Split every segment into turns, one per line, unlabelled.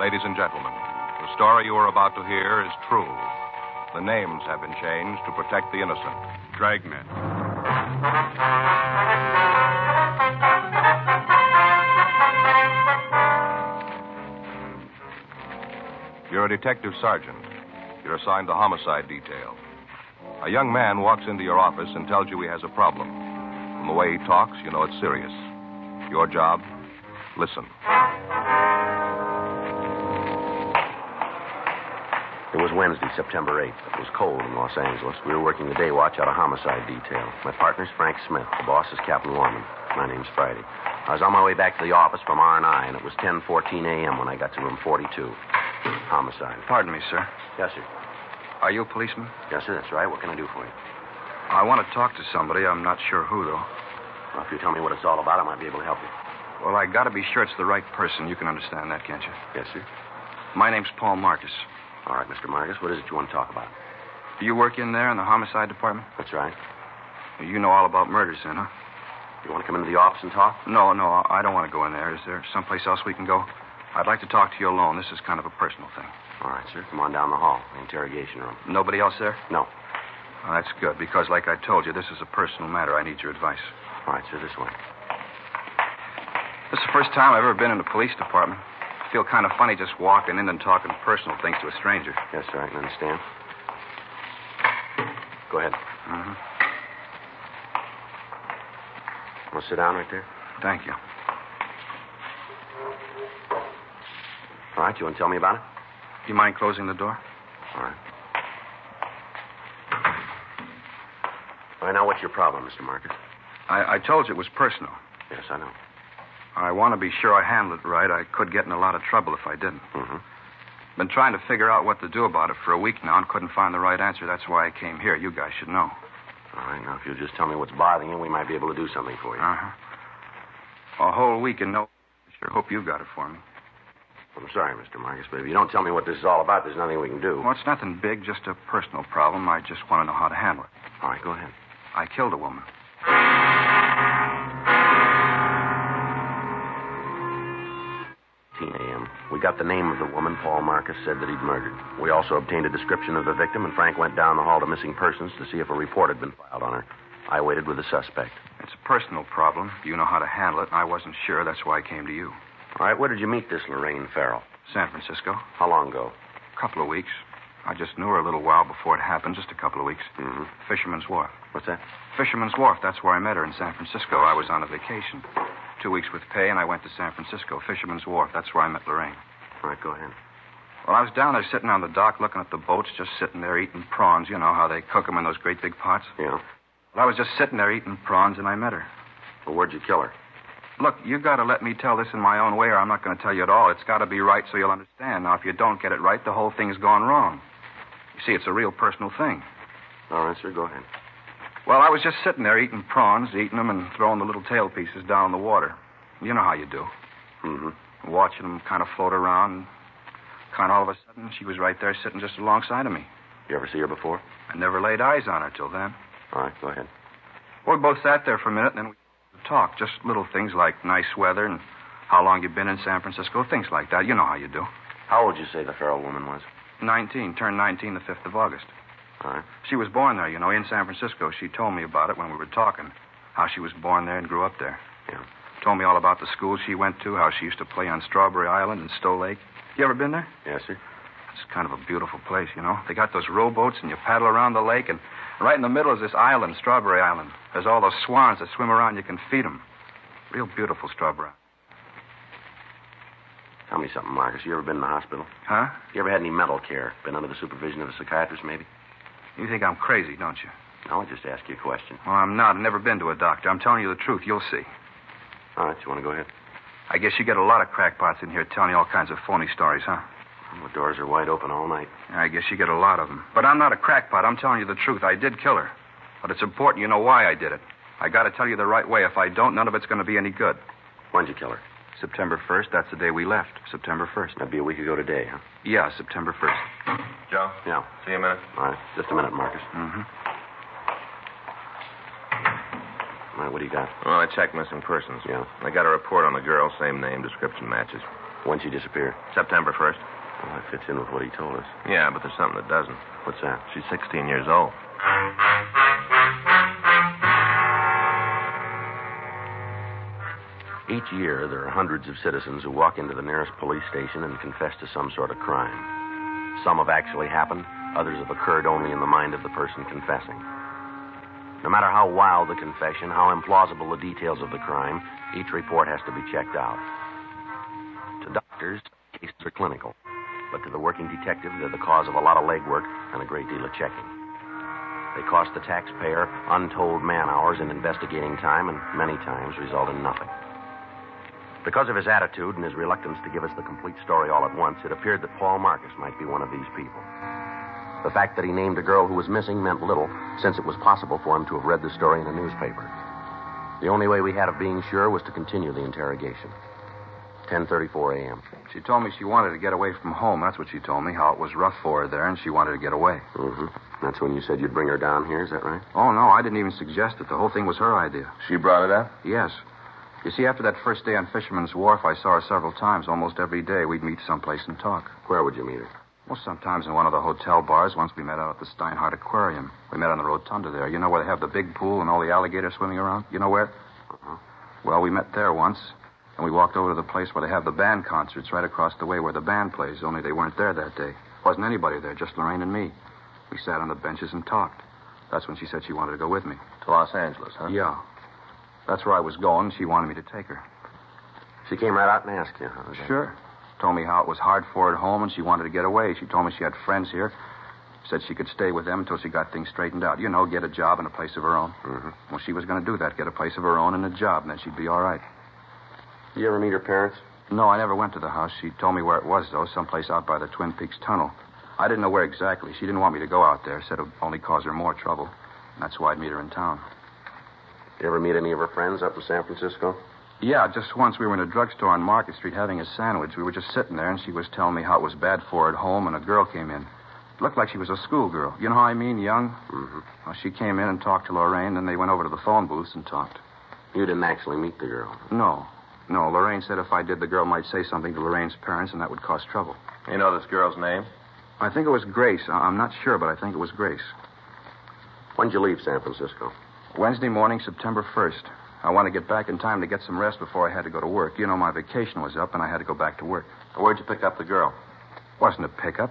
ladies and gentlemen, the story you are about to hear is true. The names have been changed to protect the innocent.
Dragnet.
You're a detective sergeant. You're assigned the homicide detail. A young man walks into your office and tells you he has a problem. From the way he talks, you know it's serious. Your job? Listen.
It was Wednesday, September 8th. It was cold in Los Angeles. We were working the day watch out of homicide detail. My partner's Frank Smith. The boss is Captain Lorman. My name's Friday. I was on my way back to the office from R&I, and it was 10.14 a.m. when I got to room 42. Homicide.
Pardon me, sir.
Yes, sir.
Are you a policeman?
Yes, sir, that's right. What can I do for you?
I want to talk to somebody. I'm not sure who, though.
Well, if you tell me what it's all about, I might be able to help you.
Well, I got to be sure it's the right person. You can understand that, can't you?
Yes, sir.
My name's Paul Marcus.
All right, Mr. Marcus, what is it you want to talk about?
Do you work in there in the homicide department?
That's right.
You know all about murders, then, huh?
You want to come into the office and talk?
No, no, I don't want to go in there. Is there someplace else we can go? I'd like to talk to you alone. This is kind of a personal thing.
All right, sir. Come on down the hall, the interrogation room.
Nobody else there?
No.
Oh, that's good, because like I told you, this is a personal matter. I need your advice.
All right, sir, this way.
This is the first time I've ever been in the police department. I feel kind of funny just walking in and talking personal things to a stranger.
Yes, sir, I can understand. Go ahead.
hmm
Want to sit down right there?
Thank you.
All right, you want to tell me about it?
You mind closing the door?
All right. All right, now what's your problem, Mr. Marcus?
I, I told you it was personal.
Yes, I know.
I want to be sure I handled it right. I could get in a lot of trouble if I didn't.
Mm-hmm.
Been trying to figure out what to do about it for a week now and couldn't find the right answer. That's why I came here. You guys should know.
All right, now if you'll just tell me what's bothering you, we might be able to do something for you.
Uh-huh. A whole week and no. Sure hope you got it for me.
I'm sorry, Mr. Marcus, but if you don't tell me what this is all about, there's nothing we can do.
Well, it's nothing big, just a personal problem. I just want to know how to handle it.
All right, go ahead.
I killed a woman.
Ten a.m. We got the name of the woman Paul Marcus said that he'd murdered. We also obtained a description of the victim, and Frank went down the hall to missing persons to see if a report had been filed on her. I waited with the suspect.
It's a personal problem. You know how to handle it. I wasn't sure. That's why I came to you.
All right, where did you meet this Lorraine Farrell?
San Francisco.
How long ago?
A couple of weeks. I just knew her a little while before it happened, just a couple of weeks.
Mm-hmm.
Fisherman's Wharf.
What's that?
Fisherman's Wharf, that's where I met her in San Francisco. I was on a vacation. Two weeks with pay, and I went to San Francisco. Fisherman's Wharf, that's where I met Lorraine.
All right, go ahead.
Well, I was down there sitting on the dock looking at the boats, just sitting there eating prawns. You know how they cook them in those great big pots.
Yeah.
Well, I was just sitting there eating prawns, and I met her.
Well, where'd you kill her?
Look, you got to let me tell this in my own way, or I'm not going to tell you at all. It's got to be right so you'll understand. Now, if you don't get it right, the whole thing's gone wrong. You see, it's a real personal thing.
All right, sir, go ahead.
Well, I was just sitting there eating prawns, eating them, and throwing the little tail pieces down in the water. You know how you do.
Mm-hmm.
Watching them kind of float around. and Kind of all of a sudden, she was right there sitting just alongside of me.
You ever see her before?
I never laid eyes on her till then.
All right, go ahead.
Well, we both sat there for a minute, and then we talked. Just little things like nice weather and how long you've been in San Francisco, things like that. You know how you do.
How old you say the Farrell woman was?
19, turned 19 the 5th of August.
All right.
She was born there, you know, in San Francisco. She told me about it when we were talking, how she was born there and grew up there.
Yeah.
Told me all about the school she went to, how she used to play on Strawberry Island and Stowe Lake. You ever been there?
Yes, sir.
It's kind of a beautiful place, you know. They got those rowboats, and you paddle around the lake, and right in the middle is this island, Strawberry Island. There's all those swans that swim around. You can feed them. Real beautiful Strawberry.
Tell me something, Marcus. You ever been in the hospital?
Huh?
You ever had any mental care? Been under the supervision of a psychiatrist, maybe?
You think I'm crazy, don't you?
No, I just asked you a question.
Well, I'm not. I've never been to a doctor. I'm telling you the truth. You'll see.
All right, you want to go ahead?
I guess you get a lot of crackpots in here telling you all kinds of phony stories, huh?
Well, the doors are wide open all night.
I guess you get a lot of them. But I'm not a crackpot. I'm telling you the truth. I did kill her. But it's important you know why I did it. I got to tell you the right way. If I don't, none of it's going to be any good.
When'd you kill her?
September 1st, that's the day we left. September 1st.
That'd be a week ago today, huh?
Yeah, September 1st.
Joe,
Yeah.
see you in a minute.
All right, just a minute, Marcus.
Mm-hmm.
All right, what do you got?
Well, I checked missing persons.
Yeah.
I got a report on the girl, same name, description matches.
When she disappeared?
September 1st.
Well, that fits in with what he told us.
Yeah, but there's something that doesn't.
What's that?
She's 16 years old.
Each year, there are hundreds of citizens who walk into the nearest police station and confess to some sort of crime. Some have actually happened, others have occurred only in the mind of the person confessing. No matter how wild the confession, how implausible the details of the crime, each report has to be checked out. To doctors, cases are clinical, but to the working detective, they're the cause of a lot of legwork and a great deal of checking. They cost the taxpayer untold man hours in investigating time and many times result in nothing. Because of his attitude and his reluctance to give us the complete story all at once, it appeared that Paul Marcus might be one of these people. The fact that he named a girl who was missing meant little, since it was possible for him to have read the story in a newspaper. The only way we had of being sure was to continue the interrogation. 10:34 a.m.
She told me she wanted to get away from home. That's what she told me, how it was rough for her there, and she wanted to get away.
Mm-hmm. That's when you said you'd bring her down here. Is that right?
Oh, no, I didn't even suggest it. The whole thing was her idea.
She brought it up?
Yes. You see, after that first day on Fisherman's Wharf, I saw her several times. Almost every day, we'd meet someplace and talk.
Where would you meet her?
Well, sometimes in one of the hotel bars. Once we met out at the Steinhardt Aquarium. We met on the rotunda there. You know where they have the big pool and all the alligators swimming around? You know where?
Uh-huh.
Well, we met there once, and we walked over to the place where they have the band concerts right across the way where the band plays, only they weren't there that day. Wasn't anybody there, just Lorraine and me. We sat on the benches and talked. That's when she said she wanted to go with me.
To Los Angeles, huh?
Yeah. That's where I was going. She wanted me to take her.
She came right out and asked you. Huh?
Sure. Told me how it was hard for her at home and she wanted to get away. She told me she had friends here. Said she could stay with them until she got things straightened out. You know, get a job and a place of her own.
Mhm.
Well, she was going to do that, get a place of her own and a job, and then she'd be all right.
Did you ever meet her parents?
No, I never went to the house. She told me where it was, though, someplace out by the Twin Peaks Tunnel. I didn't know where exactly. She didn't want me to go out there. Said it would only cause her more trouble. And that's why I'd meet her in town.
Did you ever meet any of her friends up in San Francisco?
Yeah, just once we were in a drugstore on Market Street having a sandwich. We were just sitting there, and she was telling me how it was bad for her at home, and a girl came in. Looked like she was a schoolgirl. You know how I mean, young?
Mhm.
Well, she came in and talked to Lorraine, then they went over to the phone booths and talked.
You didn't actually meet the girl.
No, no. Lorraine said if I did, the girl might say something to Lorraine's parents, and that would cause trouble.
You know this girl's name?
I think it was Grace. I- I'm not sure, but I think it was Grace.
When'd you leave San Francisco?
Wednesday morning, September 1st. I wanted to get back in time to get some rest before I had to go to work. You know, my vacation was up, and I had to go back to work.
Where'd you pick up the girl?
Wasn't a pickup.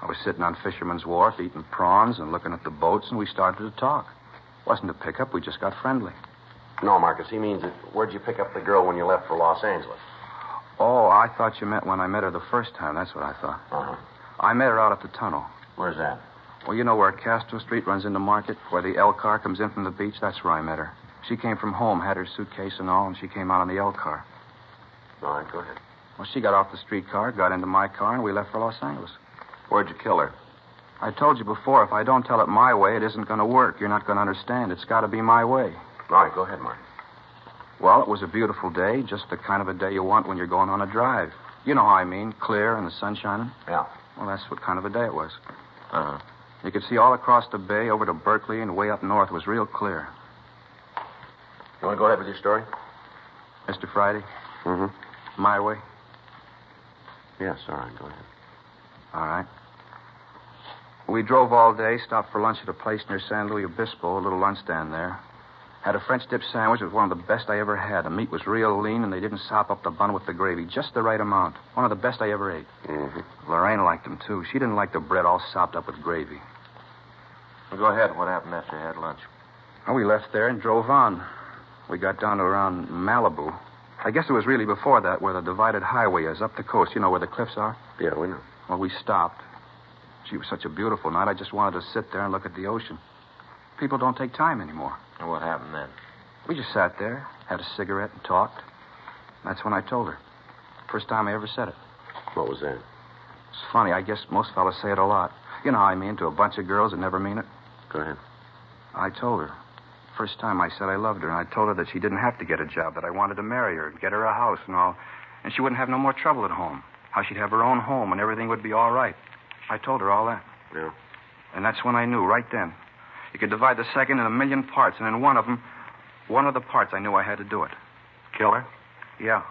I was sitting on Fisherman's Wharf eating prawns and looking at the boats, and we started to talk. Wasn't a pickup, we just got friendly.
No, Marcus. He means that where'd you pick up the girl when you left for Los Angeles?
Oh, I thought you meant when I met her the first time. That's what I thought.
Uh-huh.
I met her out at the tunnel.
Where's that?
Well, you know where Castro Street runs into Market, where the L car comes in from the beach? That's where I met her. She came from home, had her suitcase and all, and she came out on the L car.
All right, go ahead.
Well, she got off the streetcar, got into my car, and we left for Los Angeles.
Where'd you kill her?
I told you before, if I don't tell it my way, it isn't going to work. You're not going to understand. It's got to be my way.
All right, go ahead, Marcus.
Well, it was a beautiful day, just the kind of a day you want when you're going on a drive. You know how I mean, clear and the sun shining.
Yeah.
Well, that's what kind of a day it was.
Uh-huh.
You could see all across the bay over to Berkeley and way up north was real clear.
You want to go ahead with your story?
Mr. Friday,
Mm-hmm.
my way.
Yes, all right, go ahead.
All right. We drove all day, stopped for lunch at a place near San Luis Obispo, a little lunch stand there. Had a French dip sandwich. It was one of the best I ever had. The meat was real lean, and they didn't sop up the bun with the gravy. Just the right amount. One of the best I ever ate.
Mm-hmm.
Lorraine liked them, too. She didn't like the bread all sopped up with gravy.
Well, go ahead. What happened after you had lunch?
Well, we left there and drove on. We got down to around Malibu. I guess it was really before that where the divided highway is up the coast. You know where the cliffs are?
Yeah, we know.
Well, we stopped. She was such a beautiful night, I just wanted to sit there and look at the ocean. People don't take time anymore.
And what happened then?
We just sat there, had a cigarette, and talked. That's when I told her. First time I ever said it.
What was that?
It's funny. I guess most fellas say it a lot. You know how I mean to a bunch of girls that never mean it.
Go ahead.
I told her. First time I said I loved her, and I told her that she didn't have to get a job, that I wanted to marry her and get her a house and all, and she wouldn't have no more trouble at home. How she'd have her own home and everything would be all right. I told her all that.
Yeah.
And that's when I knew, right then. You could divide the second in a million parts, and in one of them, one of the parts, I knew I had to do it.
Kill her?
Yeah.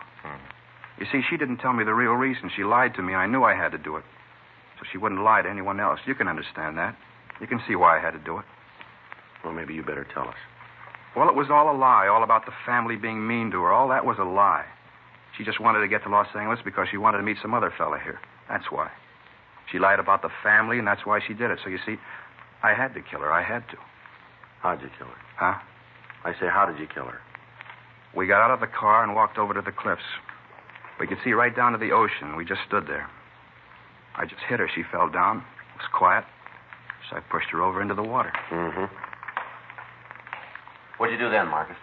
You see, she didn't tell me the real reason. She lied to me. I knew I had to do it. So she wouldn't lie to anyone else. You can understand that. You can see why I had to do it.
Well, maybe you better tell us.
Well, it was all a lie, all about the family being mean to her. All that was a lie. She just wanted to get to Los Angeles because she wanted to meet some other fella here. That's why. She lied about the family, and that's why she did it. So you see, I had to kill her. I had to.
How'd you kill her?
Huh?
I say, how did you kill her?
We got out of the car and walked over to the cliffs. We could see right down to the ocean. We just stood there. I just hit her. She fell down. It was quiet. So I pushed her over into the water.
Mm-hmm. What'd you do then, Marcus?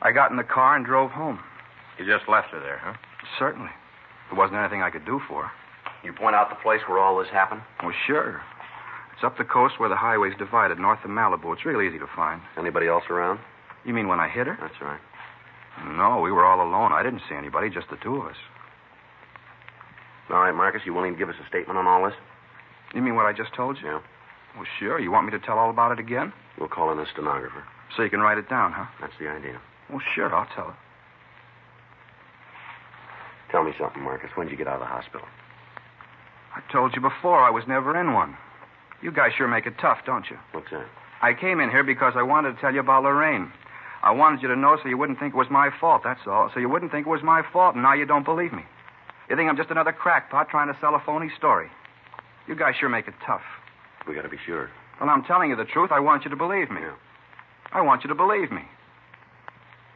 I got in the car and drove home.
You just left her there, huh?
Certainly. There wasn't anything I could do for her.
You point out the place where all this happened,
Well, Oh, sure. It's up the coast where the highway's divided, north of Malibu. It's real easy to find.
anybody else around?
You mean when I hit her?
That's right.
No, we were all alone. I didn't see anybody, just the two of us.
All right, Marcus, you willing to give us a statement on all this?
You mean what I just told you?
Yeah.
Well, sure. You want me to tell all about it again?
We'll call in a stenographer.
So you can write it down, huh?
That's the idea.
Well, sure, I'll tell it.
Tell me something, Marcus. When'd you get out of the hospital?
I told you before I was never in one. You guys sure make it tough, don't you?
What's that?
I came in here because I wanted to tell you about Lorraine. I wanted you to know so you wouldn't think it was my fault, that's all. So you wouldn't think it was my fault, and now you don't believe me. You think I'm just another crackpot trying to sell a phony story. You guys sure make it tough.
We gotta be sure.
Well, I'm telling you the truth. I want you to believe me.
Yeah.
I want you to believe me.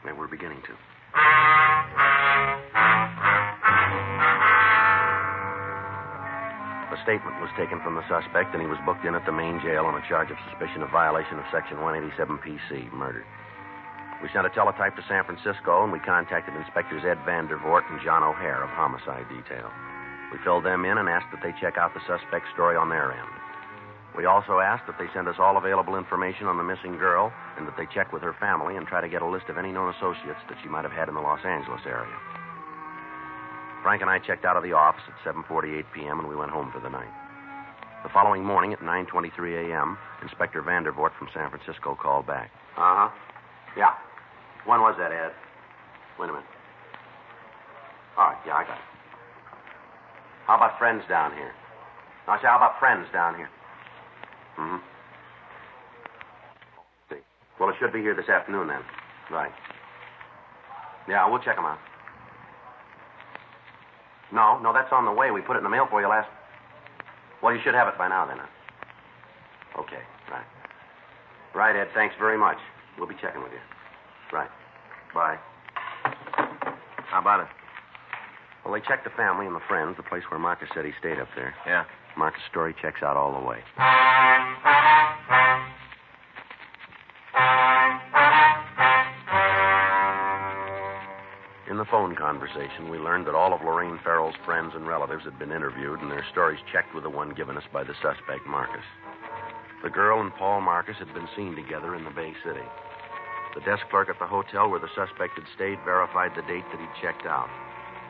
And we're beginning to. The statement was taken from the suspect, and he was booked in at the main jail on a charge of suspicion of violation of Section 187 PC, murder. We sent a teletype to San Francisco, and we contacted Inspectors Ed Vandervoort and John O'Hare of Homicide Detail. We filled them in and asked that they check out the suspect's story on their end. We also asked that they send us all available information on the missing girl and that they check with her family and try to get a list of any known associates that she might have had in the Los Angeles area. Frank and I checked out of the office at 7:48 p.m. and we went home for the night. The following morning at 9:23 a.m., Inspector Vandervoort from San Francisco called back. Uh-huh. Yeah. When was that, Ed? Wait a minute. All right, yeah, I got it. How about friends down here? Now, say, how about friends down here? Mm-hmm. See. Well, it should be here this afternoon then. Right. Yeah, we'll check them out. No, no, that's on the way. We put it in the mail for you last. Well, you should have it by now then. Huh? Okay, right. Right, Ed. Thanks very much. We'll be checking with you. Right. Bye.
How about it?
Well, they checked the family and the friends, the place where Marcus said he stayed up there.
Yeah.
Marcus' story checks out all the way. In the phone conversation, we learned that all of Lorraine Farrell's friends and relatives had been interviewed and their stories checked with the one given us by the suspect, Marcus. The girl and Paul Marcus had been seen together in the Bay City. The desk clerk at the hotel where the suspect had stayed verified the date that he checked out.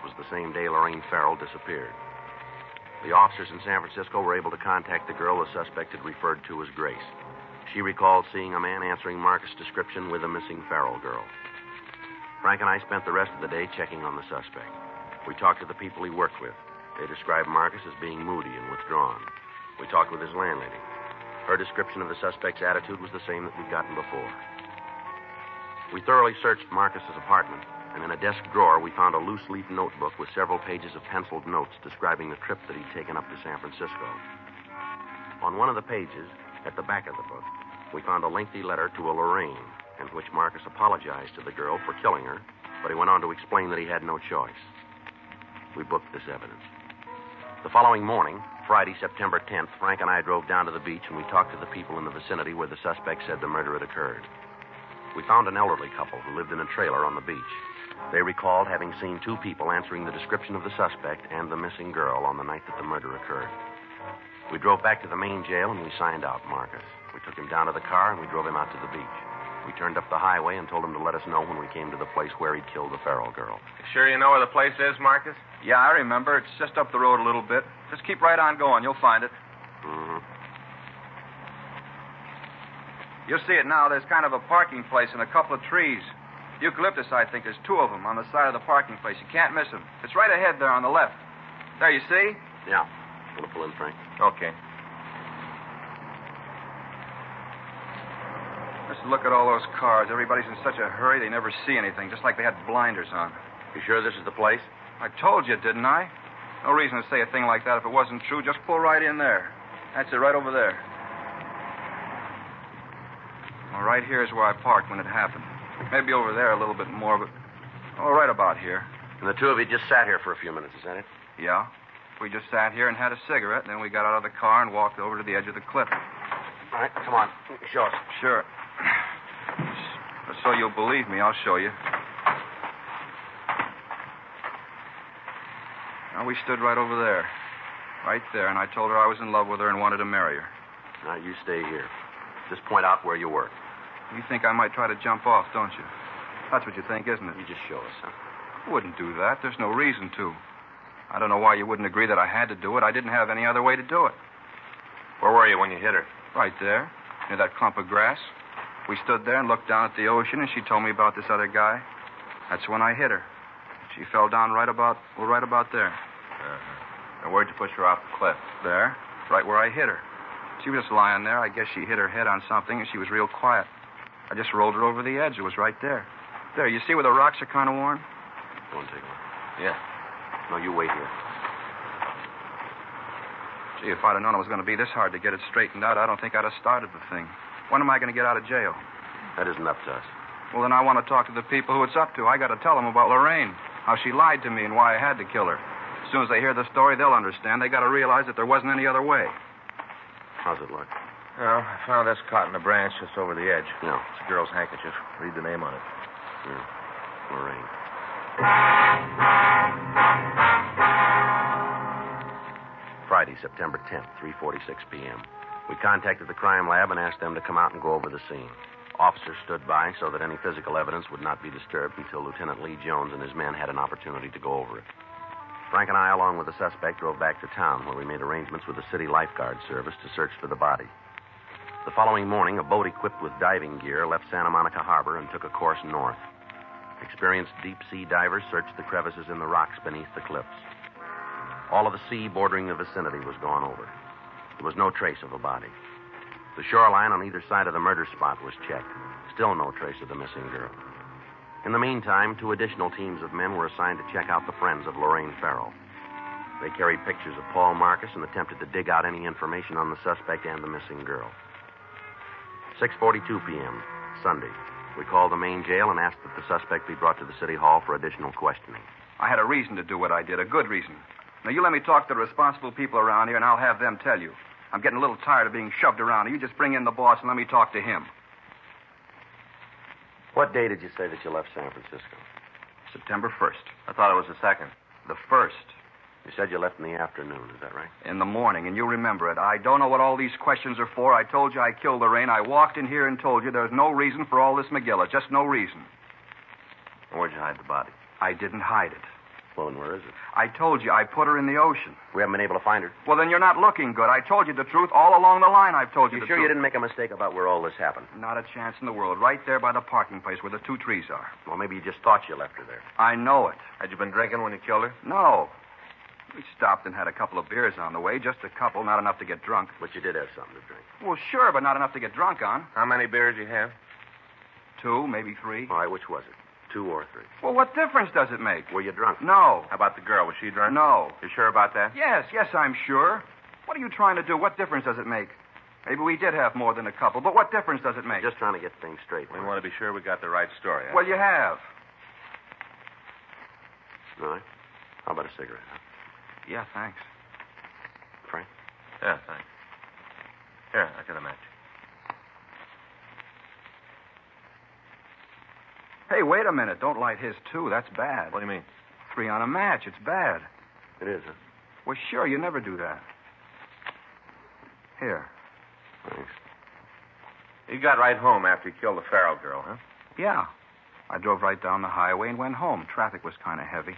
It was the same day Lorraine Farrell disappeared. The officers in San Francisco were able to contact the girl the suspect had referred to as Grace. She recalled seeing a man answering Marcus' description with a missing Farrell girl. Frank and I spent the rest of the day checking on the suspect. We talked to the people he worked with. They described Marcus as being moody and withdrawn. We talked with his landlady. Her description of the suspect's attitude was the same that we'd gotten before. We thoroughly searched Marcus's apartment, and in a desk drawer, we found a loose leaf notebook with several pages of penciled notes describing the trip that he'd taken up to San Francisco. On one of the pages, at the back of the book, we found a lengthy letter to a Lorraine, in which Marcus apologized to the girl for killing her, but he went on to explain that he had no choice. We booked this evidence. The following morning, Friday, September 10th, Frank and I drove down to the beach and we talked to the people in the vicinity where the suspect said the murder had occurred. We found an elderly couple who lived in a trailer on the beach. They recalled having seen two people answering the description of the suspect and the missing girl on the night that the murder occurred. We drove back to the main jail and we signed out Marcus. We took him down to the car and we drove him out to the beach. We turned up the highway and told him to let us know when we came to the place where he'd killed the Farrell girl.
You sure you know where the place is, Marcus?
Yeah, I remember. It's just up the road a little bit. Just keep right on going. You'll find it.
Mm-hmm.
You'll see it now. There's kind of a parking place and a couple of trees. Eucalyptus, I think. There's two of them on the side of the parking place. You can't miss them. It's right ahead there on the left. There, you see?
Yeah. Gonna pull in, Frank.
Okay.
Just look at all those cars. Everybody's in such a hurry they never see anything, just like they had blinders on.
You sure this is the place?
I told you, didn't I? No reason to say a thing like that if it wasn't true. Just pull right in there. That's it, right over there. Well, right here is where I parked when it happened. Maybe over there a little bit more, but. Oh, right about here.
And the two of you just sat here for a few minutes, is that it?
Yeah. We just sat here and had a cigarette, and then we got out of the car and walked over to the edge of the cliff.
All right, come on. Show us.
Sure. So you'll believe me, I'll show you. Now, we stood right over there. Right there, and I told her I was in love with her and wanted to marry her.
Now, you stay here. Just point out where you were.
You think I might try to jump off, don't you? That's what you think, isn't it?
You just show us, huh?
You wouldn't do that. There's no reason to. I don't know why you wouldn't agree that I had to do it. I didn't have any other way to do it.
Where were you when you hit her?
Right there, near that clump of grass. We stood there and looked down at the ocean, and she told me about this other guy. That's when I hit her. She fell down right about, well, right about there.
Uh,
And where'd you push her off the cliff?
There, right where I hit her. She was just lying there. I guess she hit her head on something, and she was real quiet. I just rolled her over the edge. It was right there. There, you see where the rocks are kind of worn?
Go and take a look. Yeah. No, you wait here.
Gee, if I'd have known it was going to be this hard to get it straightened out, I don't think I'd have started the thing. When am I going to get out of jail?
That isn't up to us.
Well, then I want to talk to the people who it's up to. I got to tell them about Lorraine, how she lied to me, and why I had to kill her. As soon as they hear the story, they'll understand. They got to realize that there wasn't any other way.
How's it look?
Well, I found this caught in a branch just over the edge.
No.
It's a girl's handkerchief. Read the name on it.
Yeah. Lorraine. Friday, September 10th, 3:46 p.m. We contacted the crime lab and asked them to come out and go over the scene. Officers stood by so that any physical evidence would not be disturbed until Lieutenant Lee Jones and his men had an opportunity to go over it. Frank and I, along with the suspect, drove back to town where we made arrangements with the city lifeguard service to search for the body. The following morning, a boat equipped with diving gear left Santa Monica Harbor and took a course north. Experienced deep sea divers searched the crevices in the rocks beneath the cliffs. All of the sea bordering the vicinity was gone over. There was no trace of a body. The shoreline on either side of the murder spot was checked. Still no trace of the missing girl. In the meantime, two additional teams of men were assigned to check out the friends of Lorraine Farrell. They carried pictures of Paul Marcus and attempted to dig out any information on the suspect and the missing girl. 6:42 p.m. Sunday. We called the main jail and asked that the suspect be brought to the city hall for additional questioning.
I had a reason to do what I did, a good reason. Now, you let me talk to the responsible people around here, and I'll have them tell you. I'm getting a little tired of being shoved around. You just bring in the boss and let me talk to him.
What day did you say that you left San Francisco?
September 1st.
I thought it was the second.
The 1st.
You said you left in the afternoon, is that right?
In the morning, and you remember it. I don't know what all these questions are for. I told you I killed Lorraine. I walked in here and told you there's no reason for all this McGilla. Just no reason.
And where'd you hide the body?
I didn't hide it.
Well, and where is it?
I told you I put her in the ocean.
We haven't been able to find her.
Well, then you're not looking good. I told you the truth all along the line. I've told you
You
the
sure you
truth.
didn't make a mistake about where all this happened?
Not a chance in the world. Right there by the parking place where the two trees are.
Well, maybe you just thought you left her there.
I know it.
Had you been drinking when you killed her?
No. We stopped and had a couple of beers on the way, just a couple, not enough to get drunk.
But you did have something to drink.
Well, sure, but not enough to get drunk on.
How many beers you have?
Two, maybe three.
All right, which was it? Two or three?
Well, what difference does it make?
Were you drunk?
No.
How about the girl? Was she drunk?
Uh, No.
You sure about that?
Yes, yes, I'm sure. What are you trying to do? What difference does it make? Maybe we did have more than a couple, but what difference does it make?
Just trying to get things straight.
We want to be sure we got the right story. huh?
Well, you have.
All right. How about a cigarette, huh?
Yeah, thanks.
Frank?
Yeah, thanks. Here, I got a match.
Hey, wait a minute. Don't light his, too. That's bad.
What do you mean?
Three on a match. It's bad.
It is, huh?
Well, sure, you never do that. Here.
Thanks.
You got right home after you killed the Farrell girl, huh?
Yeah. I drove right down the highway and went home. Traffic was kind of heavy.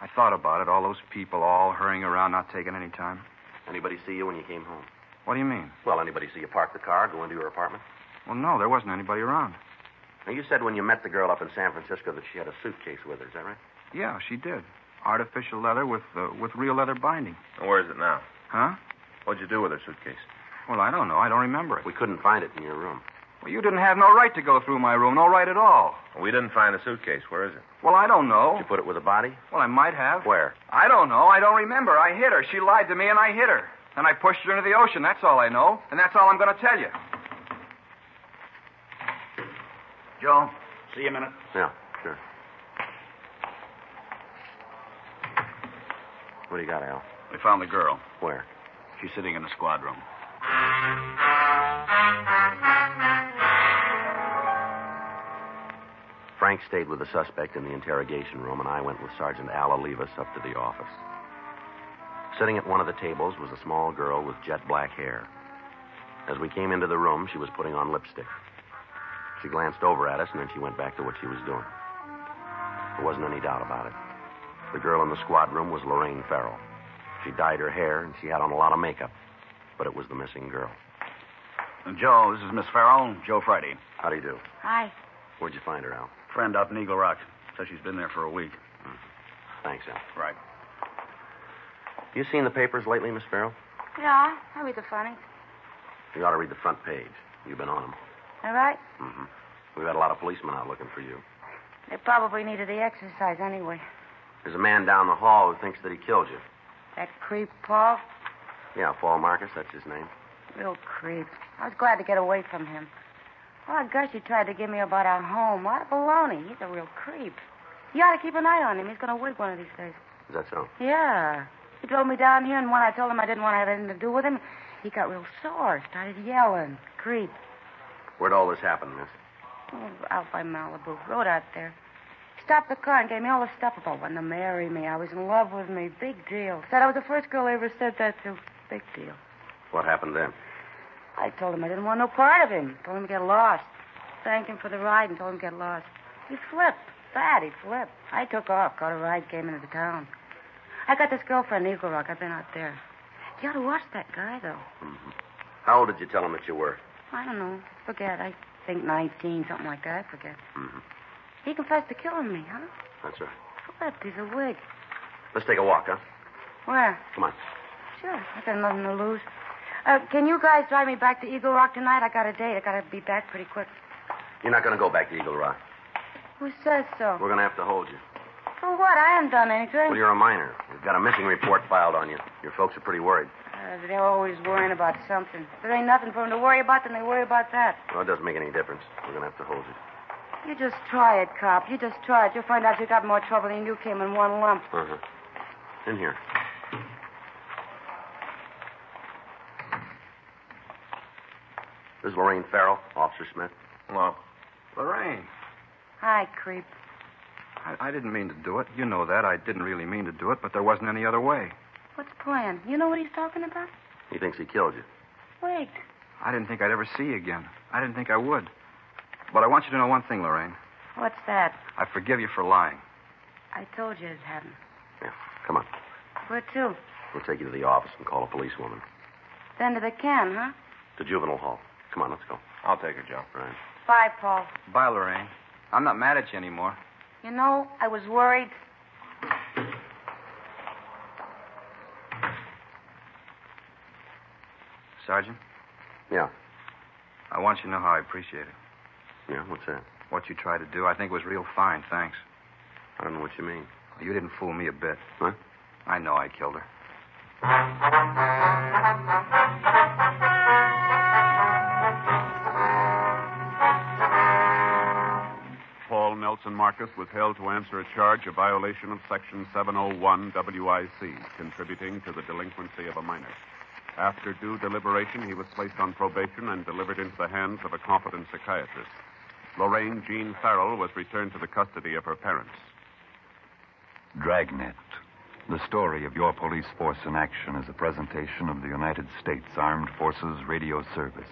I thought about it. All those people all hurrying around, not taking any time.
Anybody see you when you came home?
What do you mean?
Well, anybody see you park the car, go into your apartment?
Well, no, there wasn't anybody around.
Now, you said when you met the girl up in San Francisco that she had a suitcase with her. Is that right?
Yeah, she did. Artificial leather with uh, with real leather binding.
And where is it now?
Huh?
What'd you do with her suitcase?
Well, I don't know. I don't remember it.
We couldn't find it in your room.
Well, you didn't have no right to go through my room. No right at all.
We didn't find the suitcase. Where is it?
Well, I don't know.
Did you put it with a body?
Well, I might have.
Where?
I don't know. I don't remember. I hit her. She lied to me, and I hit her. Then I pushed her into the ocean. That's all I know. And that's all I'm going to tell you.
Joe, see you in a minute.
Yeah, sure. What do you got, Al?
We found the girl.
Where?
She's sitting in the squad room.
Frank stayed with the suspect in the interrogation room, and I went with Sergeant Al Olivas up to the office. Sitting at one of the tables was a small girl with jet black hair. As we came into the room, she was putting on lipstick. She glanced over at us, and then she went back to what she was doing. There wasn't any doubt about it. The girl in the squad room was Lorraine Farrell. She dyed her hair, and she had on a lot of makeup, but it was the missing girl.
And Joe, this is Miss Farrell, Joe Friday.
How do you do?
Hi.
Where'd you find her, Al?
Friend out in Eagle Rock. Says she's been there for a week.
Thanks, Al.
Right.
You seen the papers lately, Miss Farrell?
Yeah, I read the funny.
You ought to read the front page. You've been on 'em.
All right.
Mm-hmm. We've had a lot of policemen out looking for you.
They probably needed the exercise anyway.
There's a man down the hall who thinks that he killed you.
That creep, Paul.
Yeah, Paul Marcus, that's his name.
Real creep. I was glad to get away from him. Well, Gushy tried to give me about our home. What baloney. He's a real creep. You ought to keep an eye on him. He's going to wig one of these days.
Is that so?
Yeah. He drove me down here, and when I told him I didn't want to have anything to do with him, he got real sore, started yelling. Creep.
Where'd all this happen, miss?
Oh, out by Malibu. Road out there. Stopped the car and gave me all this stuff about wanting to marry me. I was in love with me. Big deal. Said I was the first girl I ever said that to. Big deal.
What happened then?
I told him I didn't want no part of him. Told him to get lost. Thanked him for the ride and told him to get lost. He flipped. Bad, he flipped. I took off, got a ride, came into the town. I got this girlfriend, Eagle Rock. I've been out there. You ought to watch that guy, though.
Mm-hmm. How old did you tell him that you were?
I don't know. Forget. I think 19, something like that. I forget.
Mhm.
He confessed to killing me, huh?
That's right.
Flipped. He's a wig.
Let's take a walk, huh?
Where?
Come on.
Sure. I got nothing to lose. Uh, can you guys drive me back to Eagle Rock tonight? I got a date. I got to be back pretty quick.
You're not going to go back to Eagle Rock.
Who says so?
We're going to have to hold you.
For what? I haven't done anything.
Well, you're a minor. We've got a missing report filed on you. Your folks are pretty worried.
Uh, they're always worrying about something. If there ain't nothing for them to worry about, then they worry about that.
Well, it doesn't make any difference. We're going to have to hold you.
You just try it, cop. You just try it. You'll find out you got more trouble than you came in one lump.
Uh-huh. In here. This is Lorraine Farrell, Officer Smith.
Hello.
Lorraine,
Hi, creep.
I, I didn't mean to do it. You know that. I didn't really mean to do it, but there wasn't any other way.
What's the plan? You know what he's talking about?
He thinks he killed you.
Wait.
I didn't think I'd ever see you again. I didn't think I would. But I want you to know one thing, Lorraine.
What's that?
I forgive you for lying.
I told you it happened.
Yeah, come on.
Where to?
We'll take you to the office and call a policewoman.
Then to the can, huh?
To juvenile hall. Come on, let's go.
I'll take her, Joe.
All right.
Bye, Paul.
Bye, Lorraine. I'm not mad at you anymore.
You know, I was worried.
Sergeant,
Yeah.
I want you to know how I appreciate it.
Yeah, what's that?
What you tried to do, I think was real fine, thanks.
I don't know what you mean.
You didn't fool me a bit.
Huh?
I know I killed her.
Paul Nelson Marcus was held to answer a charge of violation of Section 701 WIC, contributing to the delinquency of a minor. After due deliberation, he was placed on probation and delivered into the hands of a competent psychiatrist. Lorraine Jean Farrell was returned to the custody of her parents.
Dragnet. The story of your police force in action is a presentation of the United States Armed Forces Radio Service.